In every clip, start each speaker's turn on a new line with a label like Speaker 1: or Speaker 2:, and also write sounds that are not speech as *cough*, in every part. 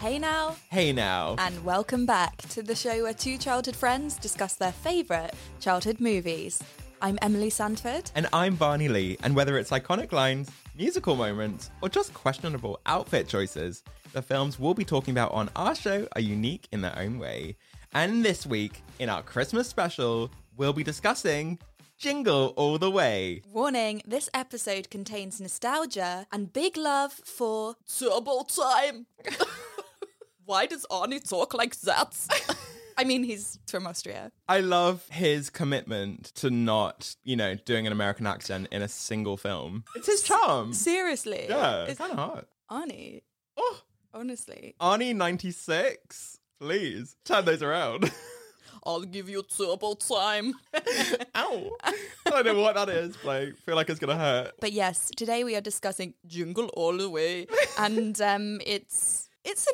Speaker 1: Hey now,
Speaker 2: Hey now.
Speaker 1: and welcome back to the show where two childhood friends discuss their favourite childhood movies. I'm Emily Sandford.
Speaker 2: And I'm Barney Lee, and whether it's iconic lines, musical moments, or just questionable outfit choices, the films we'll be talking about on our show are unique in their own way. And this week, in our Christmas special, we'll be discussing Jingle All the Way.
Speaker 1: Warning this episode contains nostalgia and big love for Turbo Time. *laughs* Why does Arnie talk like that? *laughs* I mean, he's from Austria.
Speaker 2: I love his commitment to not, you know, doing an American accent in a single film. It's his charm.
Speaker 1: Seriously.
Speaker 2: Yeah, it's
Speaker 1: It's
Speaker 2: kind of hot.
Speaker 1: Arnie,
Speaker 2: Oh,
Speaker 1: honestly.
Speaker 2: Arnie 96, please turn those around. *laughs*
Speaker 1: I'll give you Turbo Time. *laughs*
Speaker 2: Ow. *laughs* I don't know what that is, but I feel like it's going to hurt.
Speaker 1: But yes, today we are discussing Jingle All the *laughs* Way, and um, it's it's a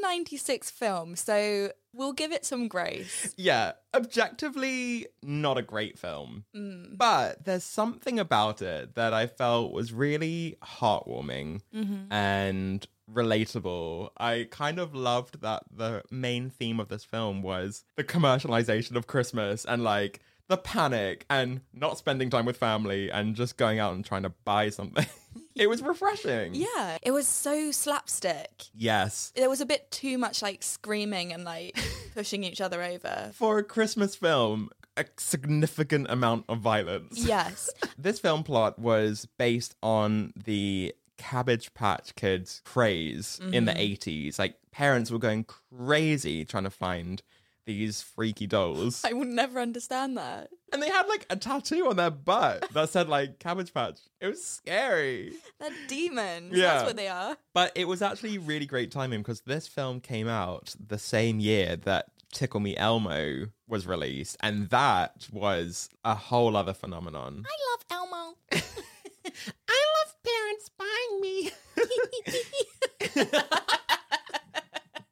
Speaker 1: 1996 film, so we'll give it some grace.
Speaker 2: Yeah, objectively, not a great film. But there's something about it that I felt was really heartwarming and relatable. I kind of loved that the main theme of this film was the commercialization of Christmas and like the panic and not spending time with family and just going out and trying to buy something. *laughs* it was refreshing.
Speaker 1: Yeah, it was so slapstick.
Speaker 2: Yes.
Speaker 1: There was a bit too much like screaming and *laughs* like pushing each other *laughs* over.
Speaker 2: for a Christmas film, a significant amount of violence.
Speaker 1: Yes,
Speaker 2: *laughs* This film plot was based on the Cabbage Patch Kids craze in the 80s. Like, parents were going crazy trying to find these freaky dolls.
Speaker 1: I will never understand that.
Speaker 2: And they had like a tattoo on their butt that said, like, Cabbage Patch. It was scary.
Speaker 1: They're demons.
Speaker 2: Yeah.
Speaker 1: That's what they are.
Speaker 2: But it was actually really great timing because this film came out the same year that Tickle Me Elmo was released, and that was a whole other phenomenon.
Speaker 1: I love Elmo.
Speaker 2: I love parents buying me. *laughs*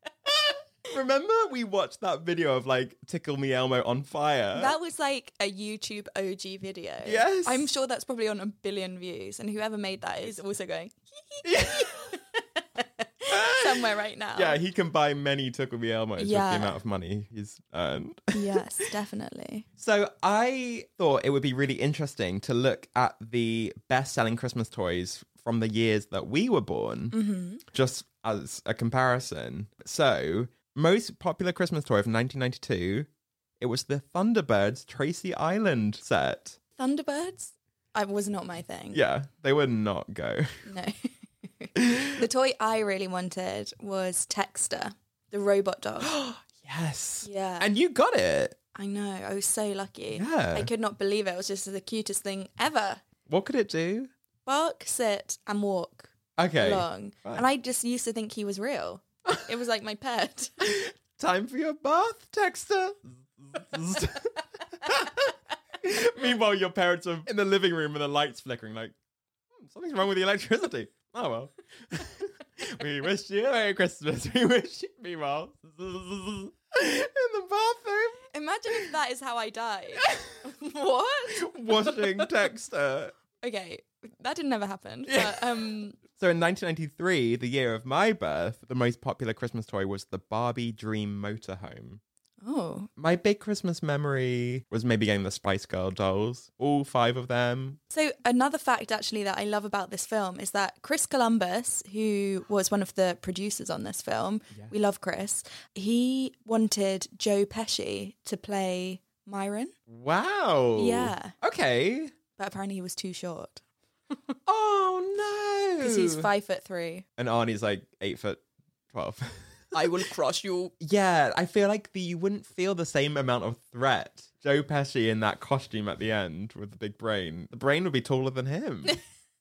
Speaker 2: Remember, we watched that video of like Tickle Me Elmo on fire.
Speaker 1: That was like a YouTube OG video.
Speaker 2: Yes.
Speaker 1: I'm sure that's probably on a billion views, and whoever made that is also going *laughs* somewhere right now.
Speaker 2: yeah, he can buy many Tickle Me Elmos with
Speaker 1: Yeah.
Speaker 2: the amount of money he's earned.
Speaker 1: yes, definitely.
Speaker 2: So I thought it would be really interesting to look at the best-selling Christmas toys from the years that we were born, just as a comparison. So most popular Christmas toy from 1992, it was the Thunderbirds Tracy Island set.
Speaker 1: Thunderbirds? I was not my thing.
Speaker 2: Yeah, they would not go. *laughs*
Speaker 1: No. *laughs* the toy I really wanted was Texter, the robot
Speaker 2: *gasps*
Speaker 1: dog.
Speaker 2: yes.
Speaker 1: Yeah.
Speaker 2: And you got it.
Speaker 1: I know. I was so lucky.
Speaker 2: Yeah.
Speaker 1: I could not believe it. It was just the cutest thing ever.
Speaker 2: What could it do?
Speaker 1: Bark, sit, and walk
Speaker 2: Okay.
Speaker 1: along.
Speaker 2: Right.
Speaker 1: And I just used to think he was
Speaker 2: *laughs*
Speaker 1: real. It was like my pet.
Speaker 2: Time for your bath, Texter. *laughs* Meanwhile, your parents are in the living room and the lights flickering, like, "Hmm, something's wrong with the electricity. Oh, well. *laughs* we wish you a Merry Christmas. We wish you, meanwhile, in the bathroom,
Speaker 1: Imagine if that is how I
Speaker 2: *laughs*
Speaker 1: died. what?
Speaker 2: washing Texter.
Speaker 1: Okay, that didn't ever happen. But um,
Speaker 2: So in 1993, the year of my birth, the most popular Christmas toy was the Barbie Dream Motorhome.
Speaker 1: Oh,
Speaker 2: My big Christmas memory was maybe getting the Spice Girl dolls, all five of them.
Speaker 1: So, another fact actually that I love about this film is that Chris Columbus, who was one of the producers on this film, we love Chris, he wanted Joe Pesci to play Myron,
Speaker 2: Wow.
Speaker 1: Yeah.
Speaker 2: Okay.
Speaker 1: but apparently he was too short
Speaker 2: Oh no.
Speaker 1: because he's five foot three.
Speaker 2: And Arnie's like eight foot twelve. *laughs*
Speaker 1: I will crush you.
Speaker 2: yeah, I feel like the, you wouldn't feel the same amount of threat. Joe Pesci in that costume at the end with the big brain. The brain would be taller
Speaker 1: *laughs*
Speaker 2: than him.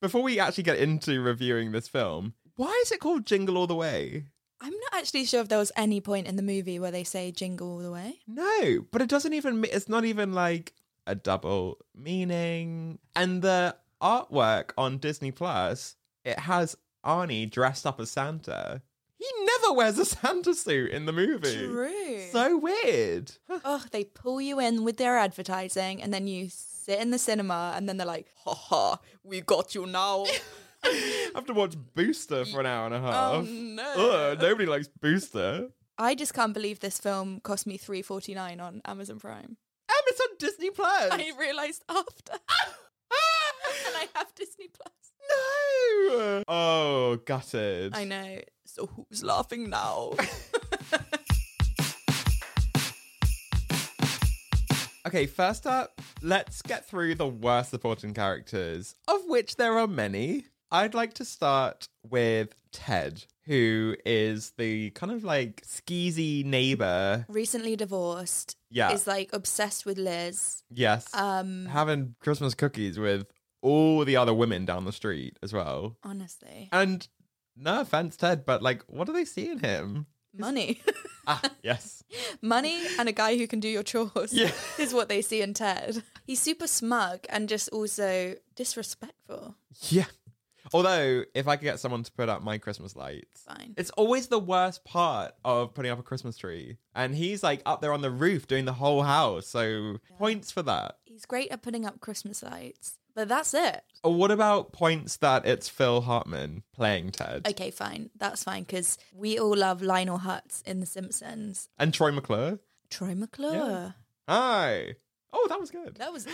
Speaker 2: Before we actually get into reviewing this film, why is it called Jingle All the Way?
Speaker 1: I'm not actually sure if there was any point in the movie where they say jingle all the way.
Speaker 2: No, but it doesn't even. me- It's not even like a double meaning. And the artwork on Disney Plus, it has Arnie dressed up as Santa. He never wears a Santa suit in the movie.
Speaker 1: True. *laughs*
Speaker 2: So weird.
Speaker 1: oh, they pull you in with their advertising and then you sit in the cinema and then they're like, ha ha, we got you now. *laughs*
Speaker 2: I have to watch Booster for an hour and a half.
Speaker 1: Oh, no.
Speaker 2: Ugh, nobody likes Booster.
Speaker 1: I just can't believe this film cost me three forty nine on Amazon Prime.
Speaker 2: And it's on Disney Plus.
Speaker 1: I realised *laughs* after, and I have Disney Plus.
Speaker 2: no. Oh, gutted.
Speaker 1: I know. So who's laughing now?
Speaker 2: Okay, first up, let's get through the worst supporting characters, of which there are many. I'd like to start with Ted, who is the kind of like skeezy neighbor.
Speaker 1: *laughs* Recently divorced.
Speaker 2: Yeah.
Speaker 1: Is like obsessed with Liz.
Speaker 2: Yes.
Speaker 1: Um.
Speaker 2: having Christmas cookies with all the other women down the street as well.
Speaker 1: Honestly,
Speaker 2: And no offense, Ted, but like, what do they see in him?
Speaker 1: money,
Speaker 2: Ah, yes.
Speaker 1: money, and a guy who can do your chores.
Speaker 2: Yeah.
Speaker 1: *laughs* Is what they see in Ted. He's super smug and just also disrespectful.
Speaker 2: Yeah. Although, if I could get someone to put up my Christmas lights,
Speaker 1: Fine.
Speaker 2: It's always the worst part of putting up a Christmas tree. And he's like up there on the roof doing the whole house. So points for that.
Speaker 1: He's great at putting up Christmas lights, but that's it.
Speaker 2: Or what about points that it's Phil Hartman playing Ted
Speaker 1: Okay, fine. That's fine because we all love Lionel Hutz in The Simpsons.
Speaker 2: and Troy McClure?
Speaker 1: Troy McClure.
Speaker 2: Yeah. Hi. Oh, that was good.
Speaker 1: That
Speaker 2: *laughs*
Speaker 1: was.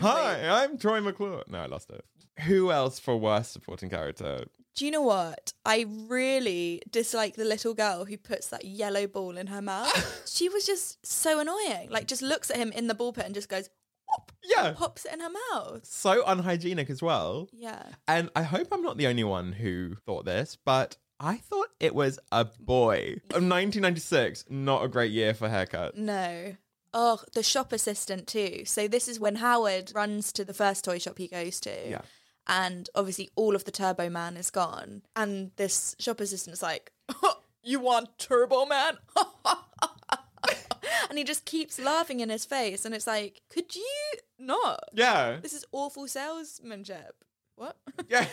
Speaker 2: Hi, I'm Troy McClure. No, I lost it. Who else for worst supporting character?
Speaker 1: Do you know what? I really dislike the little girl who puts that yellow ball in her
Speaker 2: *laughs*
Speaker 1: mouth. she was just so annoying. Like, just looks at him in the ball pit and just goes, whoop,
Speaker 2: Yeah.
Speaker 1: pops it in her mouth.
Speaker 2: So unhygienic as well.
Speaker 1: Yeah.
Speaker 2: And I hope I'm not the only one who thought this, but I thought it was a boy. 1996, not a great year for haircuts.
Speaker 1: No. Oh, the shop assistant too. So this is when Howard runs to the first toy shop he goes to.
Speaker 2: Yeah.
Speaker 1: And obviously all of the Turbo Man is gone. And this shop assistant's like, *laughs* You want Turbo Man? *laughs* and he just keeps laughing in his face. And it's like, Could you not?
Speaker 2: Yeah.
Speaker 1: This is awful salesmanship. What? *laughs*
Speaker 2: Yeah.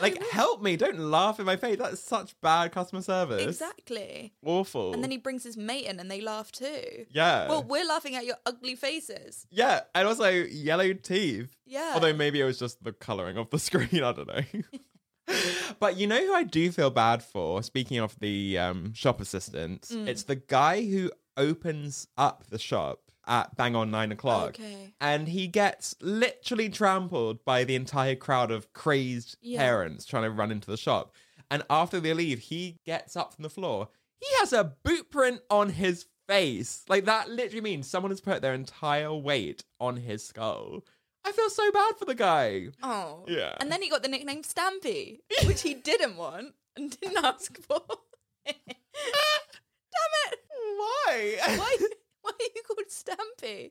Speaker 2: like, help me. Don't laugh in my face. That's such bad customer service.
Speaker 1: exactly.
Speaker 2: Awful.
Speaker 1: And then he brings his mate in and they laugh too.
Speaker 2: Yeah.
Speaker 1: Well, we're laughing at your ugly faces.
Speaker 2: yeah. And also, yellow teeth.
Speaker 1: Yeah.
Speaker 2: Although maybe it was just the colouring of the *laughs* screen. I don't know.
Speaker 1: *laughs*
Speaker 2: but you know who I do feel bad for? Speaking of the um, shop assistants,
Speaker 1: Mm.
Speaker 2: it's the guy who opens up the shop at bang on nine o'clock.
Speaker 1: Okay.
Speaker 2: And he gets literally trampled by the entire crowd of crazed
Speaker 1: Yeah.
Speaker 2: parents trying to run into the shop. And after they leave, he gets up from the floor. He has a boot print on his face. Like that literally means someone has put their entire weight on his skull. I feel so bad for the guy.
Speaker 1: Oh.
Speaker 2: Yeah.
Speaker 1: And then he got the nickname Stampy, which he didn't want and didn't *laughs* ask for. Damn it!
Speaker 2: Why?
Speaker 1: Why, why are you called Stampy?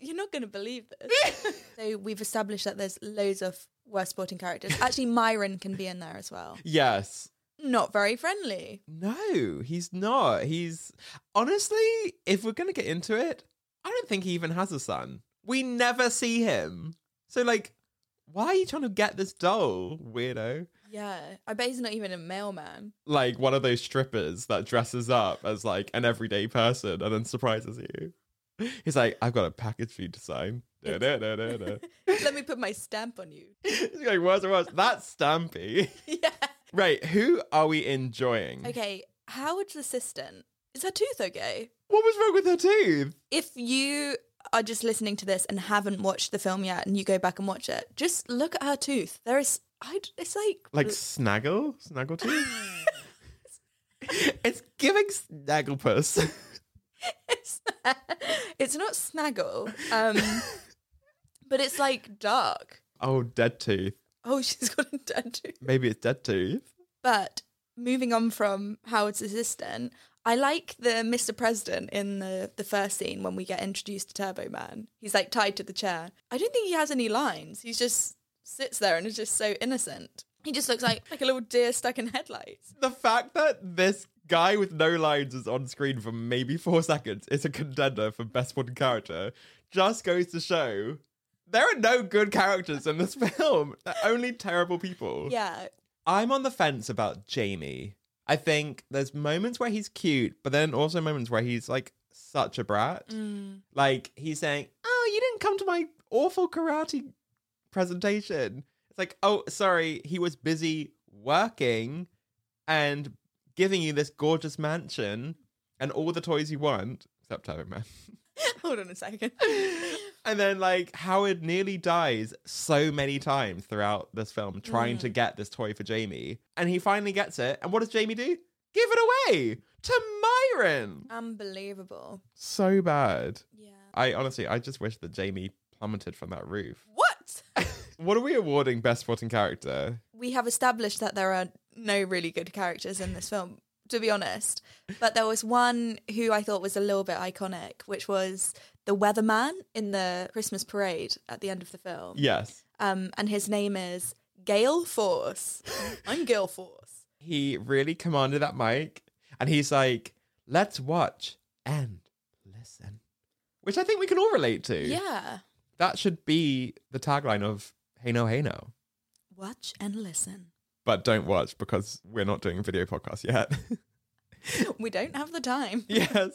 Speaker 1: You're not going to believe this. so we've established that there's loads of worst sporting characters. Actually, Myron can be in there as well.
Speaker 2: *laughs* Yes.
Speaker 1: Not very friendly.
Speaker 2: No, he's not. He's honestly, if we're going to get into it, I don't think he even has a son. We never see him. So, like, why are you trying to get this doll, weirdo?
Speaker 1: Yeah. I bet he's not even a mailman.
Speaker 2: Like one of those strippers that dresses up as like an everyday person and then surprises you. He's like, I've got a package for you to sign. Da, da, da, da, da.
Speaker 1: Let me put my stamp on you.
Speaker 2: He's going worse and worse. That's Stampy.
Speaker 1: yeah.
Speaker 2: right, who are we enjoying?
Speaker 1: Okay. Howard's assistant. Is her tooth okay?
Speaker 2: What was wrong with her tooth?
Speaker 1: If you are just listening to this and haven't watched the film yet and you go back and watch it, just look at her tooth. There is, I, it's like,
Speaker 2: Like snaggle? Snaggle tooth? *laughs* it's giving snagglepuss.
Speaker 1: *laughs* it's, it's not snaggle, um, but it's like dark.
Speaker 2: *laughs* oh, dead tooth.
Speaker 1: Oh, *laughs* she's got a dead tooth.
Speaker 2: Maybe it's dead tooth.
Speaker 1: But moving on from Howard's assistant, I like the Mr. President in the, the first scene when we get introduced to Turbo Man. He's like tied to the chair. I don't think he has any lines. He just sits there and is just so innocent. He just looks like, like a little deer stuck in headlights.
Speaker 2: The fact that this guy with no lines is on screen for maybe four seconds is a contender for best one character just goes to show there are no good characters in this *laughs* film. They're only terrible people.
Speaker 1: Yeah. *laughs*
Speaker 2: I'm on the fence about Jamie. I think there's moments where he's cute, but then also moments where he's like such a brat. Like he's saying, "Oh, you didn't come to my awful karate presentation." It's like, "Oh, sorry, he was busy working and giving you this gorgeous mansion and all the toys you want, except Turbo Man."
Speaker 1: Hold on a second.
Speaker 2: And then like Howard nearly dies so many times throughout this film trying
Speaker 1: Mm.
Speaker 2: to get this toy for Jamie. And he finally gets it. And what does Jamie do? Give it away to Myron.
Speaker 1: Unbelievable.
Speaker 2: So bad.
Speaker 1: Yeah.
Speaker 2: I honestly I just wish that Jamie plummeted from that roof.
Speaker 1: What?
Speaker 2: What are we awarding best supporting character?
Speaker 1: we have established that there are no really good characters in this film, to be honest. But there was one who I thought was a little bit iconic, which was the weatherman in the Christmas parade at the end of the film.
Speaker 2: Yes.
Speaker 1: Um, and his name is Gale Force. I'm Gale Force.
Speaker 2: He really commanded that mic and he's like, "Let's watch and listen." Which I think we can all relate to.
Speaker 1: Yeah.
Speaker 2: That should be the tagline of Hey No Hey No.
Speaker 1: Watch and listen. *coughs*
Speaker 2: but don't watch because we're not doing a video
Speaker 1: *laughs*
Speaker 2: podcast yet.
Speaker 1: We don't have the time.
Speaker 2: yes.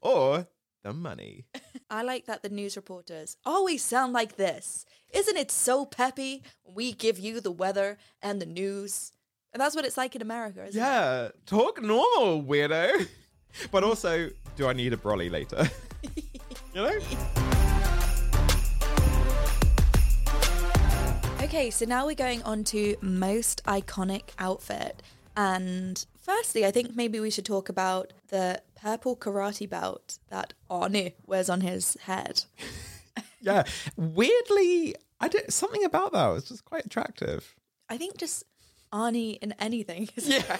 Speaker 2: Or the money.
Speaker 1: I like that the news reporters always sound like this. Isn't it so peppy? We give you the weather and the news. And that's what it's like in America, isn't it?
Speaker 2: Yeah. Talk normal, weirdo. But also, do I need a brolly later? *laughs* you know?
Speaker 1: Okay, so now we're going on to most iconic outfit. And firstly, I think maybe we should talk about the purple karate belt that Arnie wears on his head.
Speaker 2: Yeah. Weirdly, I don't something about that was just quite attractive.
Speaker 1: I think just Arnie in anything. Is
Speaker 2: Yeah.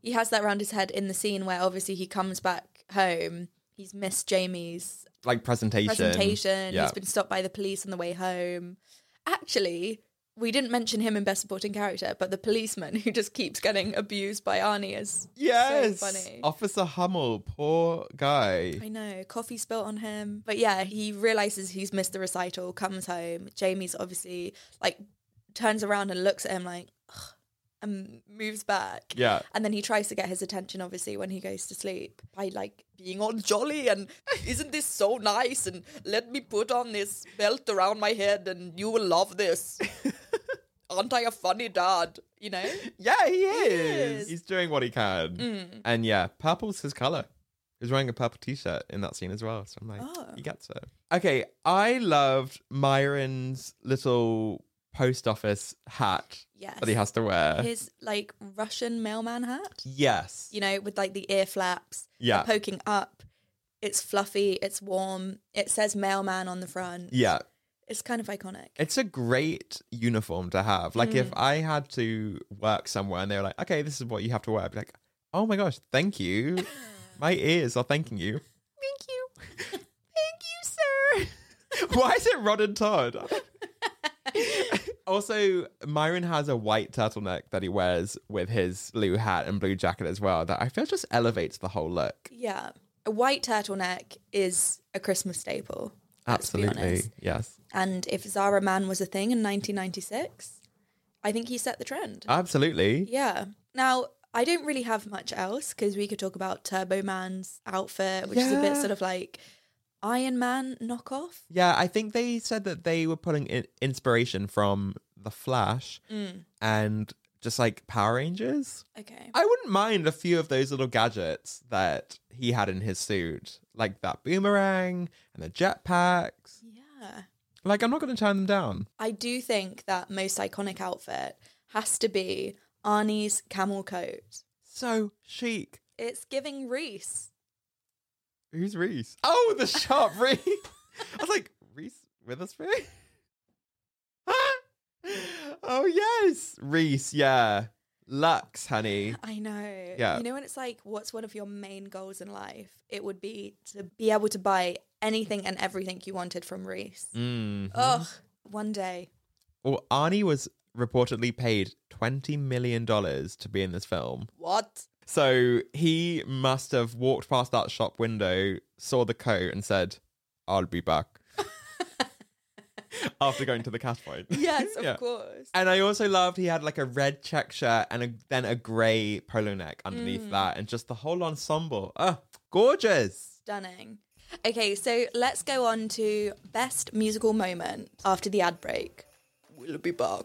Speaker 1: he has that round his head in the scene where obviously he comes back home. He's missed Jamie's
Speaker 2: Like presentation.
Speaker 1: presentation.
Speaker 2: Yeah.
Speaker 1: He's been stopped by the police on the way home. Actually, we didn't mention him in Best Supporting Character, but the policeman *laughs* who just keeps getting abused by Arnie is
Speaker 2: yes.
Speaker 1: so funny.
Speaker 2: Officer Hummel, poor guy.
Speaker 1: I know, coffee spilt on him. But yeah, he realizes he's missed the recital, comes home. Jamie's obviously like turns around and looks at him like, "Ugh," and moves back.
Speaker 2: Yeah.
Speaker 1: And then he tries to get his attention, obviously, when he goes to sleep by like being all jolly and isn't this so nice? And let me put on this belt around my head and you will love this. Aren't I a funny dad? You know?
Speaker 2: Yeah, he is.
Speaker 1: is. Mm.
Speaker 2: He's doing what he can. And yeah, purple's his color. He's wearing a purple t-shirt in that scene as well. So I'm like,
Speaker 1: Oh.
Speaker 2: he gets it. Okay, I loved Myron's little post office hat
Speaker 1: Yes.
Speaker 2: that he has to wear.
Speaker 1: His like Russian mailman hat.
Speaker 2: yes.
Speaker 1: you know, with like the ear flaps the
Speaker 2: Yeah.
Speaker 1: poking up. It's fluffy, it's warm, it says mailman on the front.
Speaker 2: Yeah.
Speaker 1: It's kind of iconic.
Speaker 2: It's a great uniform to have. Like
Speaker 1: Mm.
Speaker 2: if I had to work somewhere and they were like, okay, this is what you have to wear, I'd be like, oh my gosh,
Speaker 1: *laughs*
Speaker 2: thank you. My ears are thanking you. Thank you. thank you, sir. *laughs* Why is it Rod
Speaker 1: *laughs*
Speaker 2: and Todd? also, Myron has a white turtleneck that he wears with his blue hat and blue jacket as well that I feel just elevates the whole look.
Speaker 1: Yeah. A white turtleneck is a Christmas staple. let's be honest.
Speaker 2: Absolutely. Yes.
Speaker 1: And if Zara Man was a thing in 1996, I think he set the trend.
Speaker 2: Ah. Absolutely.
Speaker 1: Yeah. Now, I don't really have much else because we could talk about Turbo Man's outfit, which is a bit
Speaker 2: Yeah.
Speaker 1: sort of like Iron Man knockoff.
Speaker 2: Yeah, I think they said that they were pulling in- inspiration from The Flash
Speaker 1: Mm.
Speaker 2: and just like Power Rangers.
Speaker 1: Okay.
Speaker 2: I wouldn't mind a few of those little gadgets that he had in his suit, like that boomerang and the jetpacks.
Speaker 1: Yeah.
Speaker 2: Like, I'm not going to turn them down.
Speaker 1: I do think that most iconic outfit has to be Arnie's camel coat.
Speaker 2: So chic.
Speaker 1: It's giving Reese.
Speaker 2: Who's Reese? Oh, the sharp Reese. *laughs* I was like, Reese Witherspoon? *laughs* oh, yes. Reese, yeah. Lux, honey.
Speaker 1: I know.
Speaker 2: Yeah.
Speaker 1: You know, when it's like, what's one of your main goals in life? It would be to be able to buy anything and everything you wanted from Reese.
Speaker 2: Mm.
Speaker 1: Ugh, one day.
Speaker 2: Well, Arnie was reportedly paid $20 million to be in this film.
Speaker 1: What? *laughs*
Speaker 2: So he must have walked past that shop window, saw the coat, and said, I'll be back. After going to the cash point. *laughs*
Speaker 1: Yes, of
Speaker 2: Yeah.
Speaker 1: course.
Speaker 2: And I also loved he had like a red check shirt and a, then a grey polo neck underneath that, and just the whole ensemble. Oh, gorgeous.
Speaker 1: Stunning. Okay, so let's go on to best musical moment after the ad break. We'll be back.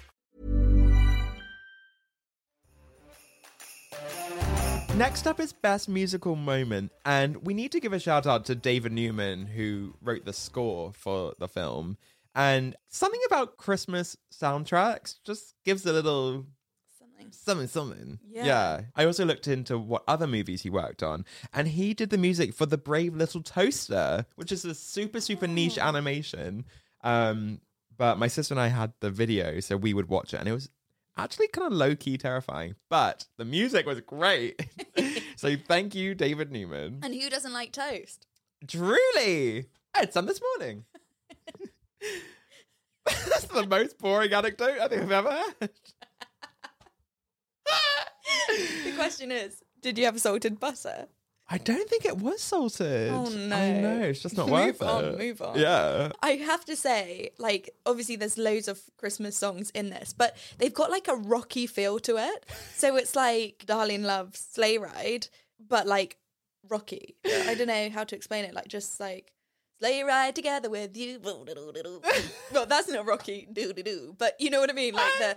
Speaker 2: Next up is Best Musical Moment, and we need to give a shout out to David Newman, who wrote the score for the film. And something about Christmas soundtracks just gives a little
Speaker 1: Something.
Speaker 2: something something.
Speaker 1: Yeah.
Speaker 2: I also looked into what other movies he worked on, and he did the music for The Brave Little Toaster, which is a super super niche animation. Um, but my sister and I had the video, so we would watch it, and it was actually kind of low key terrifying. But the music was great. so thank you, David Newman.
Speaker 1: And who doesn't like toast?
Speaker 2: Truly, I had some this morning. *laughs* That's the most boring anecdote I think I've ever heard.
Speaker 1: The question is, did you have salted butter?
Speaker 2: I don't think it was salted.
Speaker 1: Oh,
Speaker 2: I
Speaker 1: no.
Speaker 2: know, it's just
Speaker 1: *laughs*
Speaker 2: not
Speaker 1: Move
Speaker 2: worth
Speaker 1: on,
Speaker 2: it.
Speaker 1: move on.
Speaker 2: Yeah.
Speaker 1: I have to say, like, obviously there's loads of Christmas songs in this, but they've got like a rocky feel to it. So it's like Darling Love's sleigh ride, but like rocky. I don't know how to explain it. Like just like sleigh ride together with you. *laughs* Well, that's not rocky, doo doo doo. But you know what I mean? Like *laughs* the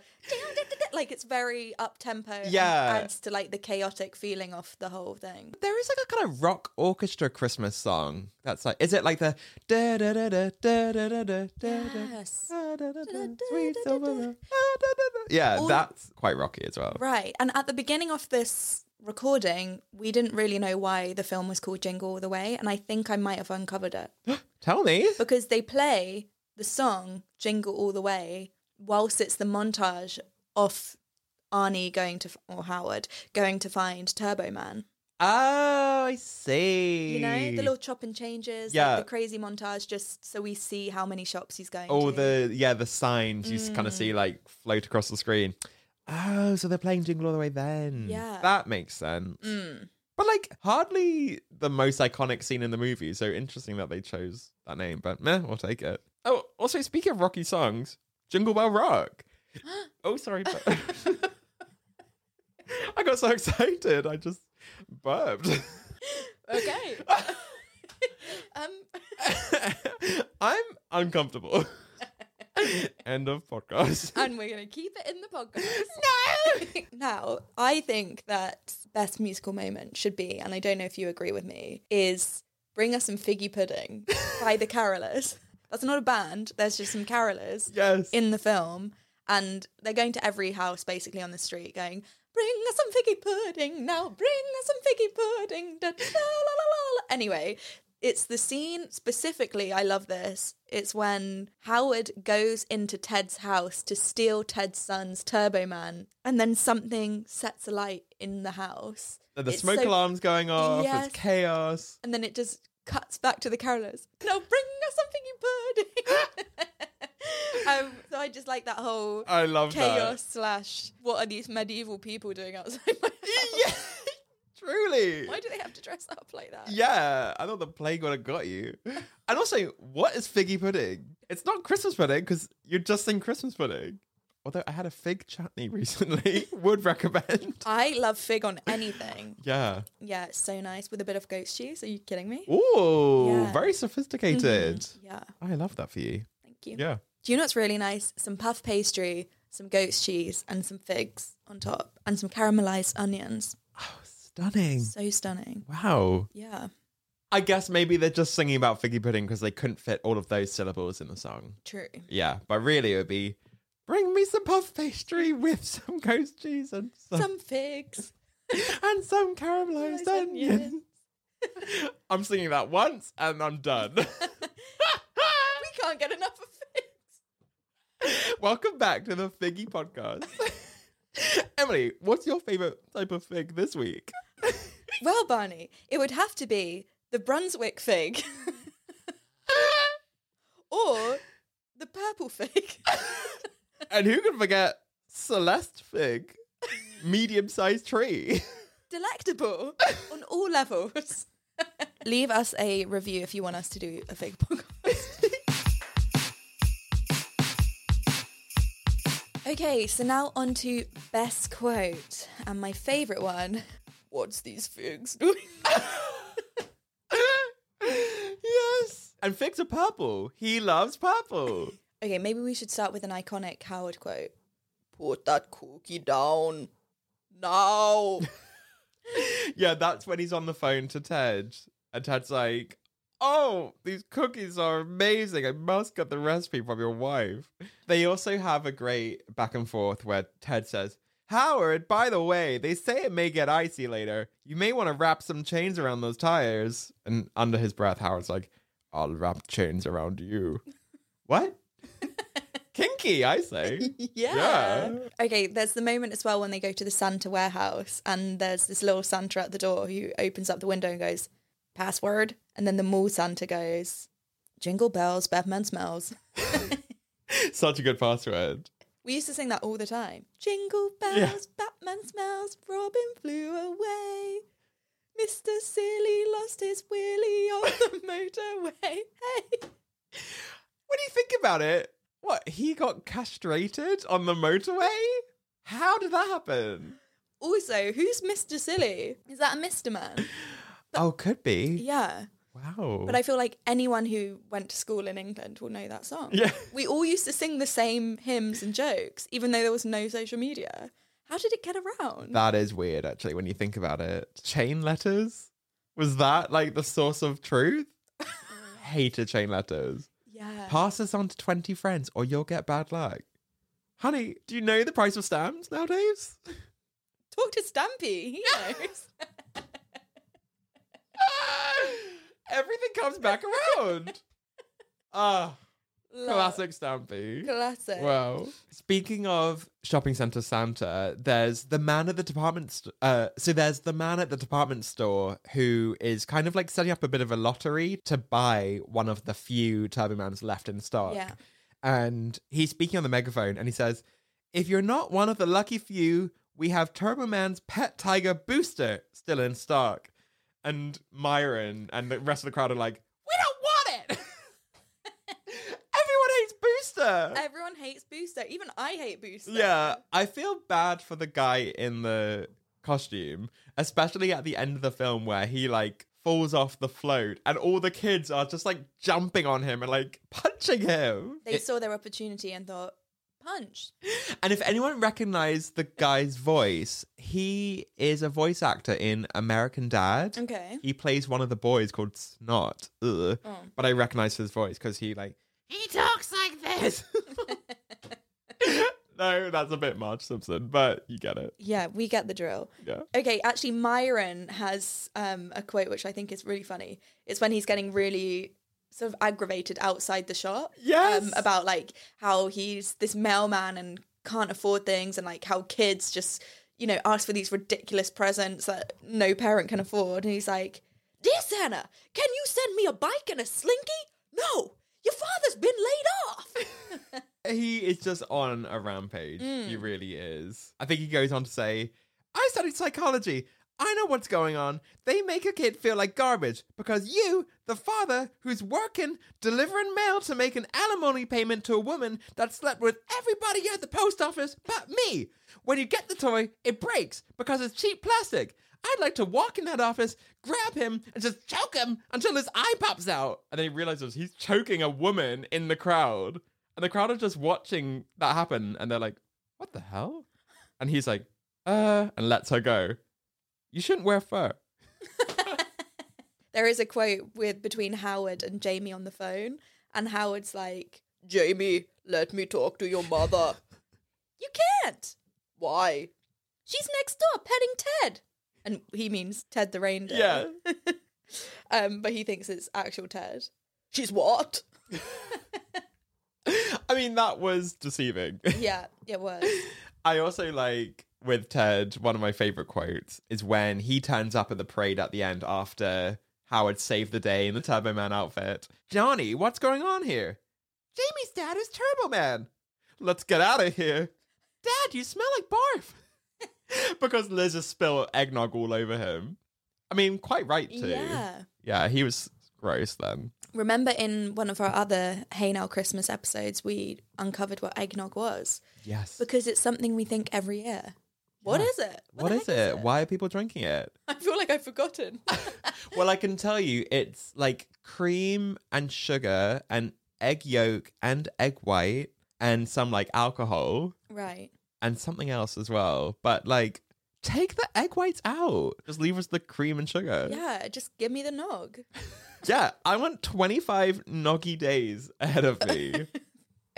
Speaker 1: like it's very up tempo.
Speaker 2: Yeah.
Speaker 1: adds to like the chaotic feeling of the whole thing.
Speaker 2: There is like a kind of rock orchestra Christmas song. That's like, is it like the da da da da da da da da da
Speaker 1: Yes.
Speaker 2: da da da da
Speaker 1: Da-da-da-da-da.
Speaker 2: sweet silver moon, ah, da, da, da. Yeah,
Speaker 1: All-
Speaker 2: that's quite rocky as well.
Speaker 1: Right. And at the beginning of this recording, we didn't really know why the film was called Jingle All the Way. And I think I might have uncovered
Speaker 2: *laughs*
Speaker 1: it
Speaker 2: Tell me.
Speaker 1: because they play the song Jingle All the Way whilst it's the montage of Arnie going to, or Howard going to find Turbo Man.
Speaker 2: Oh, I see.
Speaker 1: You know, the little chop and changes, like
Speaker 2: Yeah.
Speaker 1: the crazy montage, just so we see how many shops he's going
Speaker 2: all
Speaker 1: to.
Speaker 2: Oh, the yeah the signs you kind of see like float across the screen. Oh, so they're playing Jingle All the Way then.
Speaker 1: Yeah.
Speaker 2: that makes sense. But like hardly the most iconic scene in the movie. So interesting that they chose that name. But meh, we'll take it. Oh, also speaking of rocky songs, Jingle Bell Rock. oh, sorry. but- *laughs* I got so excited, I just burped. *laughs*
Speaker 1: Okay. um,
Speaker 2: I'm uncomfortable. End of podcast.
Speaker 1: and we're going to keep it in the podcast. no! *laughs* now, I think that best musical moment should be, and I don't know if you agree with me, is Bring Us Some Figgy Pudding by the Carolers. That's not a band, there's just some carolers
Speaker 2: Yes.
Speaker 1: in the film. And they're going to every house basically on the street going, Bring us some figgy pudding now, bring us some figgy pudding. Da, da, da, la, la, la, la. Anyway, it's the scene specifically, I love this. It's when Howard goes into Ted's house to steal Ted's son's Turbo Man, and then something sets alight in the house.
Speaker 2: The
Speaker 1: It's
Speaker 2: smoke
Speaker 1: so-
Speaker 2: alarm's going off.
Speaker 1: Yes.
Speaker 2: It's chaos.
Speaker 1: And then it just cuts back to the carolers. Now bring us some figgy pudding. *laughs* um, so I just like that whole
Speaker 2: I love
Speaker 1: chaos slash what are these medieval people doing outside
Speaker 2: *laughs*
Speaker 1: my house?
Speaker 2: that. Truly.
Speaker 1: Why do they have to dress up like that?
Speaker 2: Yeah, I thought the plague would have
Speaker 1: *laughs*
Speaker 2: got you. And also, what is figgy pudding? It's not Christmas pudding because you're just in Christmas pudding. Although I had a fig chutney *laughs*
Speaker 1: *laughs*
Speaker 2: recently, would recommend.
Speaker 1: I love fig on anything.
Speaker 2: Yeah.
Speaker 1: Yeah, it's so nice with a bit of goat's cheese. Are you kidding me?
Speaker 2: Ooh,
Speaker 1: Yeah. Mm-hmm.
Speaker 2: very sophisticated.
Speaker 1: Yeah,
Speaker 2: I love that for you.
Speaker 1: thank you.
Speaker 2: Yeah.
Speaker 1: Do you know what's really nice? Some puff pastry, some goat's cheese, and some figs on top, and some caramelized onions.
Speaker 2: Stunning.
Speaker 1: So stunning.
Speaker 2: Wow.
Speaker 1: Yeah,
Speaker 2: I guess maybe they're just singing about figgy pudding because they couldn't fit all of those syllables in the song.
Speaker 1: true.
Speaker 2: Yeah, but really it would be bring me some puff pastry with some ghost cheese and some,
Speaker 1: Some figs.
Speaker 2: and some caramelized onions. I'm singing that once and I'm done. *laughs*
Speaker 1: *laughs* We can't get enough of figs.
Speaker 2: Welcome back to the Figgy Podcast. Emily, what's your favorite type of fig this week?
Speaker 1: Well, Barney, it would have to be the Brunswick *laughs* fig or the purple fig. *laughs*
Speaker 2: And who can forget Celeste Fig, medium sized tree? *laughs*
Speaker 1: Delectable on all levels. *laughs* Leave us a review if you want us to do a fig *laughs* podcast. okay, so now on to best quote and my favourite one. What's these figs *laughs* doing?
Speaker 2: yes. And figs are purple. He loves purple.
Speaker 1: Okay, maybe we should start with an iconic Howard quote. Put that cookie down now. *laughs*
Speaker 2: Yeah, that's when he's on the phone to Ted. And Ted's like, Oh, these cookies are amazing. I must get the recipe from your wife. They also have a great back and forth where Ted says, Howard, by the way, they say it may get icy later. You may want to wrap some chains around those tires. And under his breath, Howard's like, I'll wrap chains around you. what? Kinky,
Speaker 1: *laughs*
Speaker 2: I say.
Speaker 1: yeah. Okay, there's the moment as well when they go to the Santa warehouse and there's this little Santa at the door who opens up the window and goes, password. And then the mall Santa goes, jingle bells, Batman smells.
Speaker 2: Such a good password.
Speaker 1: We used to sing that all the time. Jingle bells, Batman smells, Robin flew away. Mr. Silly lost his willy on the *laughs* motorway. Hey.
Speaker 2: when you think about it, what he got castrated on the motorway? How did that happen?
Speaker 1: Also, who's Mr. Silly? Is that a Mr. Man?
Speaker 2: oh, could be.
Speaker 1: Yeah.
Speaker 2: Wow.
Speaker 1: But I feel like anyone who went to school in England will know that song.
Speaker 2: Yeah. *laughs*
Speaker 1: We all used to sing the same hymns and jokes, even though there was no social media. How did it get around?
Speaker 2: that is weird, actually, when you think about it. Chain letters was that like the source
Speaker 1: *laughs*
Speaker 2: of truth? Hated chain letters.
Speaker 1: yeah.
Speaker 2: Pass this on to twenty friends, or you'll get bad luck. Honey, do you know the price of stamps
Speaker 1: *laughs*
Speaker 2: nowadays?
Speaker 1: Talk to Stampy. He
Speaker 2: *laughs*
Speaker 1: knows. *laughs*
Speaker 2: Everything comes back around. Ah, Classic Stampy.
Speaker 1: Classic.
Speaker 2: Wow. Speaking of shopping center Santa, there's the man at the department. St- uh, so there's the man at the department store who is kind of like setting up a bit of a lottery to buy one of the few Turbo Mans left in stock.
Speaker 1: Yeah.
Speaker 2: And he's speaking on the megaphone, and he says, "If you're not one of the lucky few, we have Turbo Man's Pet Tiger Booster still in stock." And Myron and the rest of the crowd are like, "We don't want it." *laughs* Everyone hates Booster.
Speaker 1: Everyone hates Booster. Even I hate Booster.
Speaker 2: uh, Yeah, I feel bad for the guy in the costume, especially at the end of the film where he like falls off the float and all the kids are just like jumping on him and like *laughs* punching him.
Speaker 1: They saw their opportunity and thought, punch.
Speaker 2: And if anyone recognized the guy's voice, he is a voice actor in American Dad.
Speaker 1: Okay. Oh.
Speaker 2: He plays one of the boys called Snot. Ugh. But I recognize his voice because he like he talks
Speaker 1: *laughs*
Speaker 2: like this. *laughs* no, that's a bit much, Simpson, but you get it.
Speaker 1: Yeah, we get the drill.
Speaker 2: Yeah.
Speaker 1: Okay, actually, Myron has um, a quote which I think is really funny. It's when he's getting really sort of aggravated outside the shop. um,
Speaker 2: Yes.
Speaker 1: about like how he's this mailman and can't afford things, and like how kids just you know ask for these ridiculous presents that no parent can afford. And he's like, "Dear Santa, can you send me a bike and a slinky? No, your father's been laid off."
Speaker 2: *laughs* He is just on a rampage. He really is. I think he goes on to say, I studied psychology. I know what's going on. They make a kid feel like garbage because you, the father who's working, delivering mail to make an alimony payment to a woman that slept with everybody at the post office but me. When you get the toy, it breaks because it's cheap plastic. I'd like to walk in that office, grab him, and just choke him until his eye pops out. And then he realizes he's choking a woman in the crowd. And the crowd are just watching that happen and they're like, what the hell? And he's like, uh, and lets her go. You shouldn't wear fur.
Speaker 1: there is a quote with between Howard and Jamie on the phone, and Howard's like, "Jamie, let me talk to your mother." *laughs* you can't. Why? She's next door petting Ted, and he means Ted the reindeer. Um, but he thinks it's actual Ted. She's what?
Speaker 2: I mean, that was deceiving. *laughs*
Speaker 1: Yeah, it *laughs* was.
Speaker 2: I also like with Ted, one of my favorite quotes is when he turns up at the parade at the end after Howard saved the day in the Turbo Man outfit. Johnny, what's going on here? Jamie's dad is Turbo Man. Let's get out of here. Dad, you smell like barf. *laughs* because Liz has spilled eggnog all over him. I mean, quite right, too.
Speaker 1: Yeah.
Speaker 2: Yeah, he was gross then.
Speaker 1: Remember in one of our other Hey Now Christmas episodes, we uncovered what eggnog was
Speaker 2: Yes.
Speaker 1: because it's something we think every year. What is it?
Speaker 2: what
Speaker 1: the
Speaker 2: is
Speaker 1: heck
Speaker 2: it? Why are people drinking it?
Speaker 1: *laughs* I feel like I've forgotten.
Speaker 2: Well, I can tell you it's like cream and sugar and egg yolk and egg white and some like alcohol
Speaker 1: *laughs* right.
Speaker 2: and something else as well. But like, take the egg whites out. Just leave us the cream and sugar.
Speaker 1: Yeah, just give me the nog.
Speaker 2: Yeah, I want 25 noggy days ahead of
Speaker 1: *laughs*
Speaker 2: me.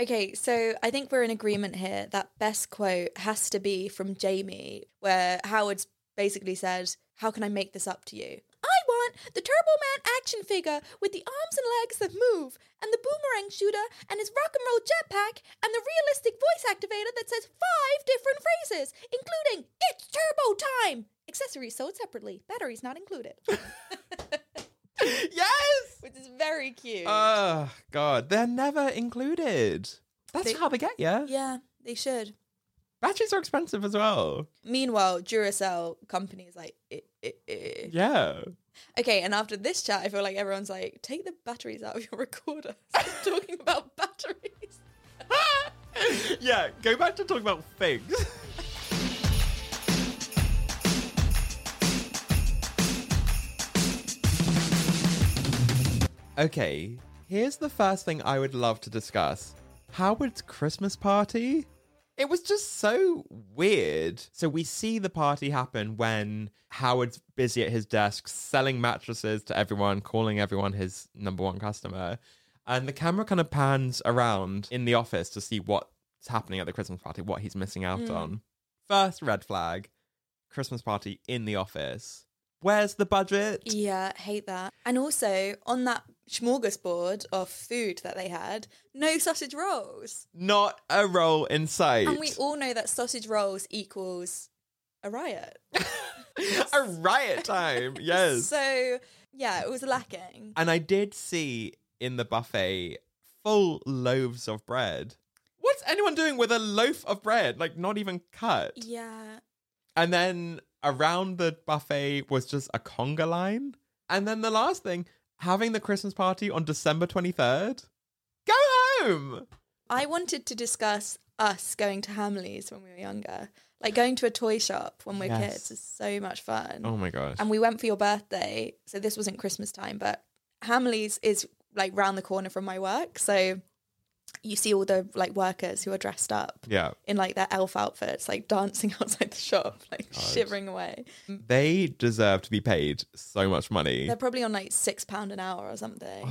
Speaker 1: Okay, so I think we're in agreement here. That best quote has to be from Jamie, where Howard's basically said, How can I make this up to you? I want the Turbo Man action figure with the arms and legs that move, and the boomerang shooter, and his rock and roll jetpack, and the realistic voice activator that says five different phrases, including It's Turbo Time! Accessories sold separately, batteries not included. *laughs*
Speaker 2: yes!
Speaker 1: Which is very cute.
Speaker 2: Oh, God. They're never included. That's
Speaker 1: They-
Speaker 2: how they get you.
Speaker 1: yeah, they should.
Speaker 2: Batteries are expensive as well.
Speaker 1: Meanwhile, Duracell company is like, eh, eh, eh.
Speaker 2: Yeah.
Speaker 1: okay. And after this chat, I feel like everyone's like, take the batteries out of your *laughs* recorder.
Speaker 2: *laughs*
Speaker 1: Stop talking about batteries.
Speaker 2: yeah, go back to talking about figs. *laughs* okay, here's the first thing I would love to discuss Howard's Christmas party. It was just so weird. So we see the party happen when Howard's busy at his desk selling mattresses to everyone, calling everyone his number one customer. And the camera kind of pans around in the office to see what's happening at the Christmas party, what he's missing out
Speaker 1: Hmm.
Speaker 2: on. First red flag Christmas
Speaker 1: E
Speaker 2: party in the office. Where's the budget?
Speaker 1: Yeah, hate that. And also on that smorgasbord of food that they had, no sausage rolls.
Speaker 2: Not a roll in sight.
Speaker 1: And we all know that sausage rolls equals a riot.
Speaker 2: *laughs* a
Speaker 1: *laughs*
Speaker 2: riot time. Yes.
Speaker 1: So, yeah, it was lacking.
Speaker 2: and I did see in the buffet full loaves of bread. What's anyone doing with a loaf of bread? Like not even cut.
Speaker 1: Yeah.
Speaker 2: And then around the buffet was just a conga line. And then the last thing, having the Christmas party on December 23rd. Go home.
Speaker 1: I wanted to discuss us going to Hamleys when we were younger. Like going to a toy shop when we're
Speaker 2: Yes.
Speaker 1: kids is so much fun.
Speaker 2: Oh my gosh.
Speaker 1: and we went for your birthday. So this wasn't Christmas time, but Hamley's is like round the corner from my work. So you see all the like workers who are dressed up
Speaker 2: yeah.
Speaker 1: in like their elf outfits, like dancing *laughs* outside the shop, like shivering away.
Speaker 2: They deserve to be paid so much money.
Speaker 1: They're probably on like six pound an hour or
Speaker 2: *gasps*
Speaker 1: something.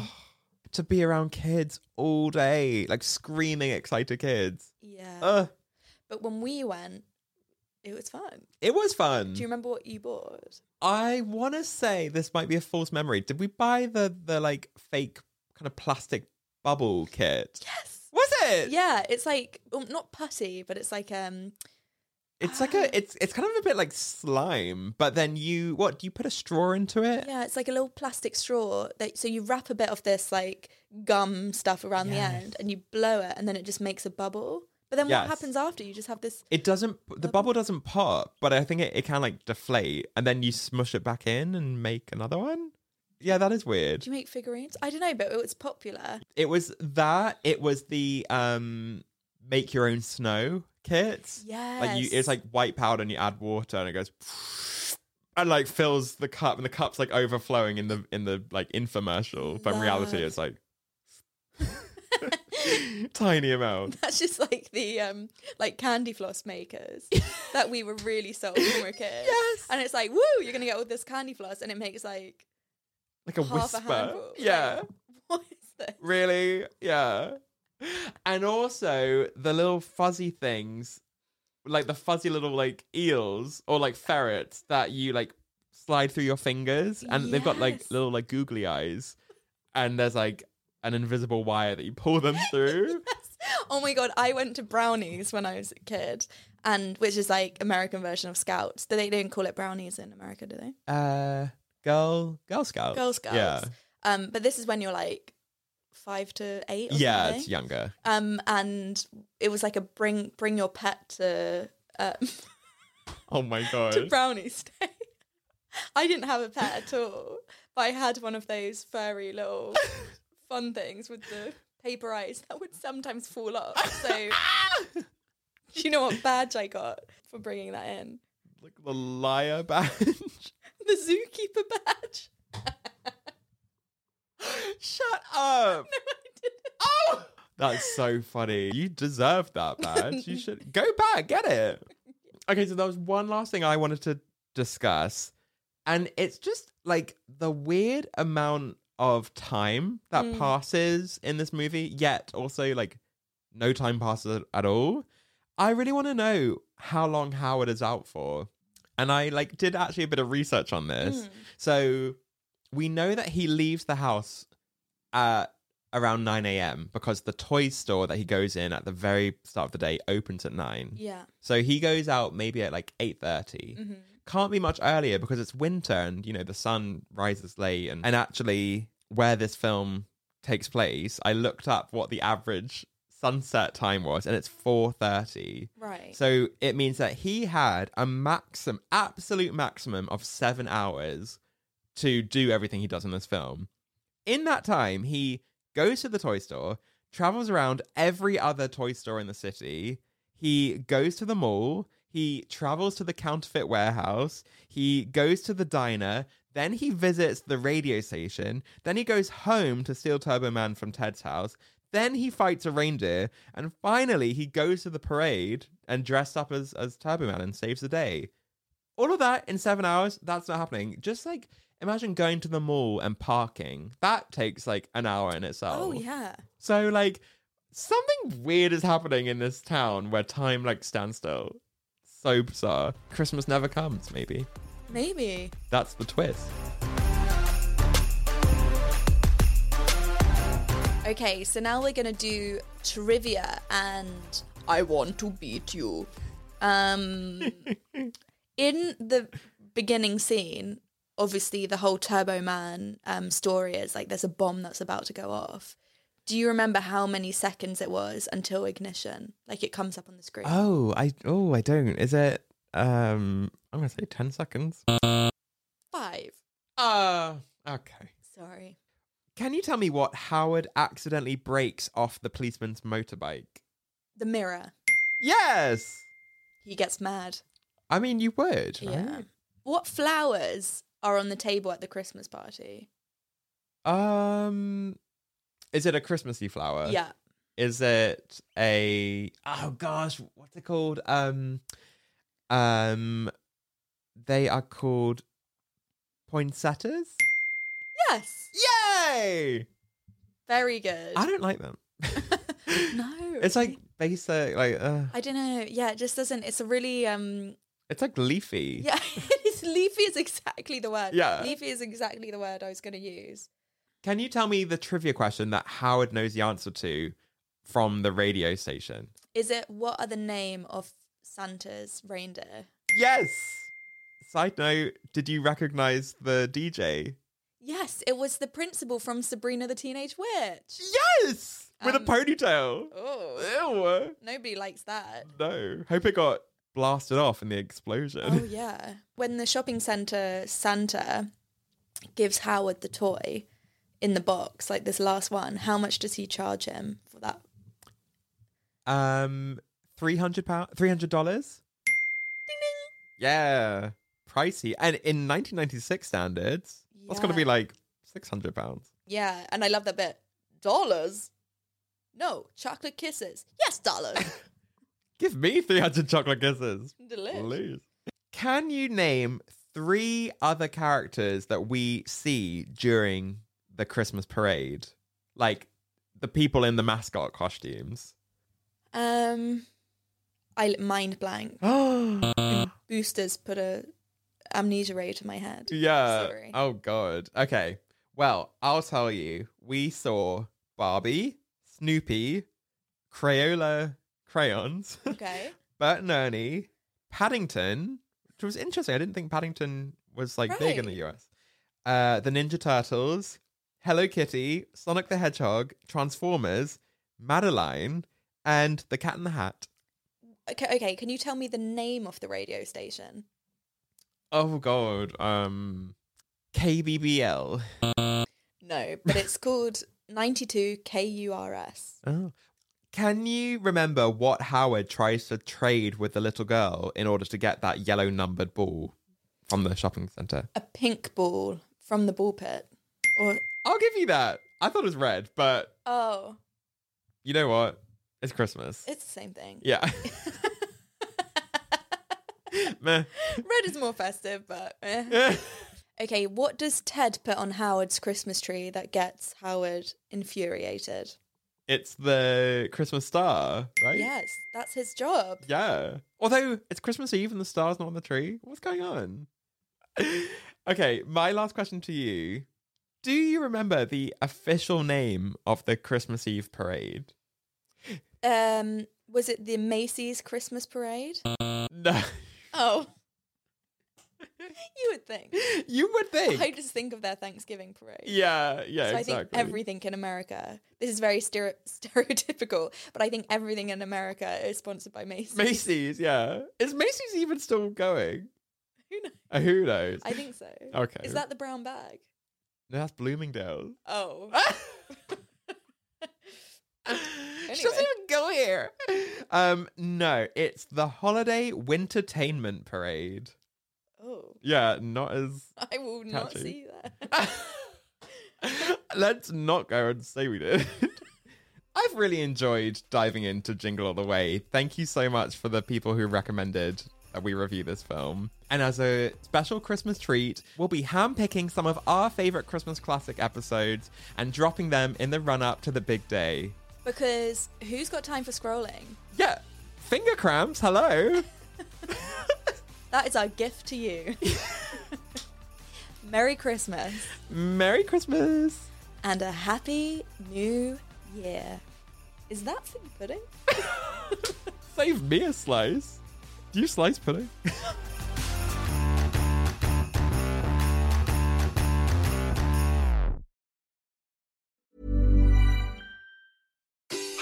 Speaker 2: to be around kids all day, like screaming excited kids.
Speaker 1: yeah.
Speaker 2: Ugh,
Speaker 1: But when we went, it was fun.
Speaker 2: it was fun.
Speaker 1: Do you remember what you bought?
Speaker 2: I want to say this might be a false memory. Did we buy the the like fake kind of plastic bubble kit? Yes. Was it?
Speaker 1: Yeah, it's like um, not putty, but it's like um
Speaker 2: It's like a it's it's kind of a bit like slime, but then you what do you put a straw into it?
Speaker 1: Yeah, it's like a little plastic straw. That, so you wrap a bit of this like gum stuff around the end and you blow it and then it just makes a bubble. But then
Speaker 2: Yes.
Speaker 1: what happens after? You just have this.
Speaker 2: It doesn't. The bubble doesn't pop, but I think it, it can like deflate, and then you smush it back in and make another one. Yeah, that is weird.
Speaker 1: Do you make figurines? I don't know, but it was popular. *laughs*
Speaker 2: It was that. It was the um make your own snow kits. Like you,
Speaker 1: Yes.
Speaker 2: it's like white powder, and you add water, and it goes. *sniffs* And like fills the cup, and the cup's like overflowing in the in the like infomercial. But in reality,
Speaker 1: Love. *laughs*
Speaker 2: it's like *laughs* tiny amount.
Speaker 1: That's just like the um like candy floss
Speaker 2: *laughs*
Speaker 1: makers that we were really sold when we were kids.
Speaker 2: Yes.
Speaker 1: And it's like, woo, you're gonna get all this candy floss, and it makes like
Speaker 2: Like a
Speaker 1: half a
Speaker 2: whisper.
Speaker 1: handful.
Speaker 2: yeah,
Speaker 1: Like, *laughs* what is this?
Speaker 2: really. Yeah. And also the little fuzzy things, like the fuzzy little like eels or like ferrets that you like slide through your fingers, and they've got like
Speaker 1: Yes.
Speaker 2: little like googly eyes, and there's like an invisible wire that you pull them
Speaker 1: *laughs*
Speaker 2: through.
Speaker 1: Oh my god, I went to brownies when I was a kid, and which is like American version of Scouts. Do they they don't call it brownies in America? Do they?
Speaker 2: Uh, girl, Girl Scout,
Speaker 1: Girl Scouts.
Speaker 2: Yeah,
Speaker 1: Um, but this is when you're like five to eight. Or
Speaker 2: yeah,
Speaker 1: something.
Speaker 2: it's younger.
Speaker 1: Um, and it was like a bring bring your pet to um,
Speaker 2: Oh my
Speaker 1: *laughs*
Speaker 2: god.
Speaker 1: to brownies day. I didn't have a pet at all, but I had one of those furry little fun things with the paper eyes that would sometimes fall off. So. Do you know what badge I got for bringing that in?
Speaker 2: like the liar *laughs* badge.
Speaker 1: The zookeeper badge.
Speaker 2: Shut up. Oh, that's so funny. You deserve that badge. You should go back, get it. Okay, so there was one last thing I wanted to discuss, and it's just like the weird amount of time that passes in this movie, yet also like no time passes at all. I really want to know how long Howard is out for. And I like did actually a bit of research on this. So we know that he leaves the house at around 9 a.m. because the toy store that he goes in at the very start of the day opens at 9.
Speaker 1: Yeah.
Speaker 2: So he goes out maybe at like 8.30. Can't be much earlier because it's winter and, you know, the sun rises late. And, and actually, where this film takes place, I looked up what the average sunset time was and it's 4.30.
Speaker 1: Right.
Speaker 2: So it means that he had a maximum, absolute maximum of seven hours to do everything he does in this film. In that time, he goes to the toy store, travels around every other toy store in the city. He goes to the mall. He travels to the counterfeit warehouse. He goes to the diner. Then he visits the radio station. Then he goes home to steal Turbo Man from Ted's house. Then he fights a reindeer. And finally, he goes to the parade and dressed up as, as Turbo Man and saves the day all of that in seven hours that's not happening just like imagine going to the mall and parking that takes like an hour in itself
Speaker 1: oh yeah.
Speaker 2: so like something weird is happening in this town where time like stands still so bizarre christmas never comes maybe
Speaker 1: Maybe.
Speaker 2: that's the twist
Speaker 1: Okay, so now we're gonna do trivia and I want to beat you.
Speaker 2: *laughs*
Speaker 1: Um in the beginning scene, obviously the whole Turbo Man um story is like there's a bomb that's about to go off. Do you remember how many seconds it was until ignition? Like it comes up on the screen.
Speaker 2: Oh, I oh I don't. Is it um I'm gonna say ten seconds.
Speaker 1: Five.
Speaker 2: Uh okay.
Speaker 1: Sorry.
Speaker 2: Can you tell me what Howard accidentally breaks off the policeman's motorbike?
Speaker 1: The mirror.
Speaker 2: Yes.
Speaker 1: He gets mad.
Speaker 2: I mean you would.
Speaker 1: Yeah.
Speaker 2: right?
Speaker 1: What flowers are on the table at the Christmas party?
Speaker 2: Um is it a Christmassy flower?
Speaker 1: yeah.
Speaker 2: Is it a oh gosh, what's it called? Um um they are called poinsettias?
Speaker 1: Yes.
Speaker 2: Yay!
Speaker 1: Very good.
Speaker 2: I don't like them.
Speaker 1: Uh,
Speaker 2: *laughs*
Speaker 1: *laughs* No.
Speaker 2: It's like basic, like uh,
Speaker 1: I don't know. Yeah, it just doesn't. It's a really um.
Speaker 2: it's like leafy.
Speaker 1: Yeah, *laughs* it's leafy is exactly the word.
Speaker 2: Yeah.
Speaker 1: leafy is exactly the word I was going to use.
Speaker 2: Can you tell me the trivia question that Howard knows the answer to from the radio station?
Speaker 1: Is it what are the name of Santa's reindeer?
Speaker 2: Yes. Side note: Did you recognize the DJ?
Speaker 1: Yes, it was the principal from Sabrina the Teenage Witch.
Speaker 2: Yes, with
Speaker 1: Um,
Speaker 2: a ponytail.
Speaker 1: Oh,
Speaker 2: Ew.
Speaker 1: nobody likes
Speaker 2: *laughs*
Speaker 1: that.
Speaker 2: No. Hope it got blasted off in the explosion.
Speaker 1: Oh yeah. When the shopping center Santa gives Howard the toy in the box, like this last one, how much does he charge him for that?
Speaker 2: Um, three hundred pound, three hundred dollars. Yeah, pricey, and in nineteen ninety six standards, that's gonna
Speaker 1: Yeah.
Speaker 2: be like six hundred pounds.
Speaker 1: Yeah, and I love that bit. Dollars? No, chocolate kisses. Yes,
Speaker 2: *laughs*
Speaker 1: dollars.
Speaker 2: Give me three hundred chocolate kisses,
Speaker 1: Delish.
Speaker 2: please. Can you name three other characters that we see during the Christmas parade, like the people in the mascot costumes?
Speaker 1: um, I mind blank.
Speaker 2: yeah.
Speaker 1: Boosters put a amnesia ray to my head. Sorry.
Speaker 2: Oh *laughs* god. Okay. Well, I'll tell you. We saw Barbie, Snoopy, Crayola crayons, *laughs*
Speaker 1: Okay.
Speaker 2: Bert and Ernie, Paddington, which was interesting. I didn't think Paddington was like big in the US. Uh, the Ninja Turtles, Hello Kitty, Sonic the Hedgehog, Transformers, Madeline, and the Cat in the Hat.
Speaker 1: Okay. Okay. Can you tell me the name of the radio station?
Speaker 2: Oh god. Um, KBBL.
Speaker 1: No, but *laughs* it's called 92 KURS.
Speaker 2: Oh. Can you remember what Howard tries to trade with the little girl in order to get that yellow numbered ball from the shopping center?
Speaker 1: A pink ball from the ball pit. Or
Speaker 2: I'll give you that. I thought it was red, but
Speaker 1: oh,
Speaker 2: you know what? It's Christmas.
Speaker 1: it's the same thing. *laughs*
Speaker 2: Yeah. *laughs* Meh.
Speaker 1: Red is more festive, but eh.
Speaker 2: *laughs*
Speaker 1: Okay, what does Ted put on Howard's Christmas tree that gets Howard infuriated?
Speaker 2: it's the Christmas star, right?
Speaker 1: Yes, that's his job.
Speaker 2: Yeah. Although it's Christmas Eve and the star's not on the tree. What's going on? *laughs* okay, my last question to you. Do you remember the official name of the Christmas Eve parade?
Speaker 1: Um, was it the Macy's Christmas parade?
Speaker 2: Uh. No. *laughs*
Speaker 1: Oh. *laughs* you would think.
Speaker 2: you would think.
Speaker 1: I just think of their Thanksgiving parade.
Speaker 2: Yeah, yeah,
Speaker 1: so
Speaker 2: exactly.
Speaker 1: I think everything in America, this is very stere- *laughs* stereotypical, but I think everything in America is sponsored by Macy's.
Speaker 2: Macy's, yeah. Is Macy's even still going?
Speaker 1: *laughs* Who knows?
Speaker 2: Uh, Who knows?
Speaker 1: I think so.
Speaker 2: Okay.
Speaker 1: Is that the brown bag?
Speaker 2: No, that's Bloomingdale. *laughs*
Speaker 1: Oh. *laughs*
Speaker 2: She doesn't
Speaker 1: Anyway.
Speaker 2: even go here. Um, no, it's the Holiday Wintertainment Parade.
Speaker 1: oh.
Speaker 2: Yeah, not as
Speaker 1: *laughs* I will not
Speaker 2: Catchy.
Speaker 1: see that. *laughs*
Speaker 2: Let's not go and say we *laughs* did. I've really enjoyed diving into Jingle All the Way. Thank you so much for the people who recommended that we review this film. And as a special Christmas treat, we'll be handpicking some of our favourite Christmas classic episodes and dropping them in the run up to the big day.
Speaker 1: because who's got time for scrolling?
Speaker 2: Yeah, finger cramps, hello.
Speaker 1: That is our gift to you. *laughs* Merry Christmas
Speaker 2: Merry Christmas.
Speaker 1: and a happy new Yeah. Is that for pudding?
Speaker 2: Save me a slice. Do you slice pudding?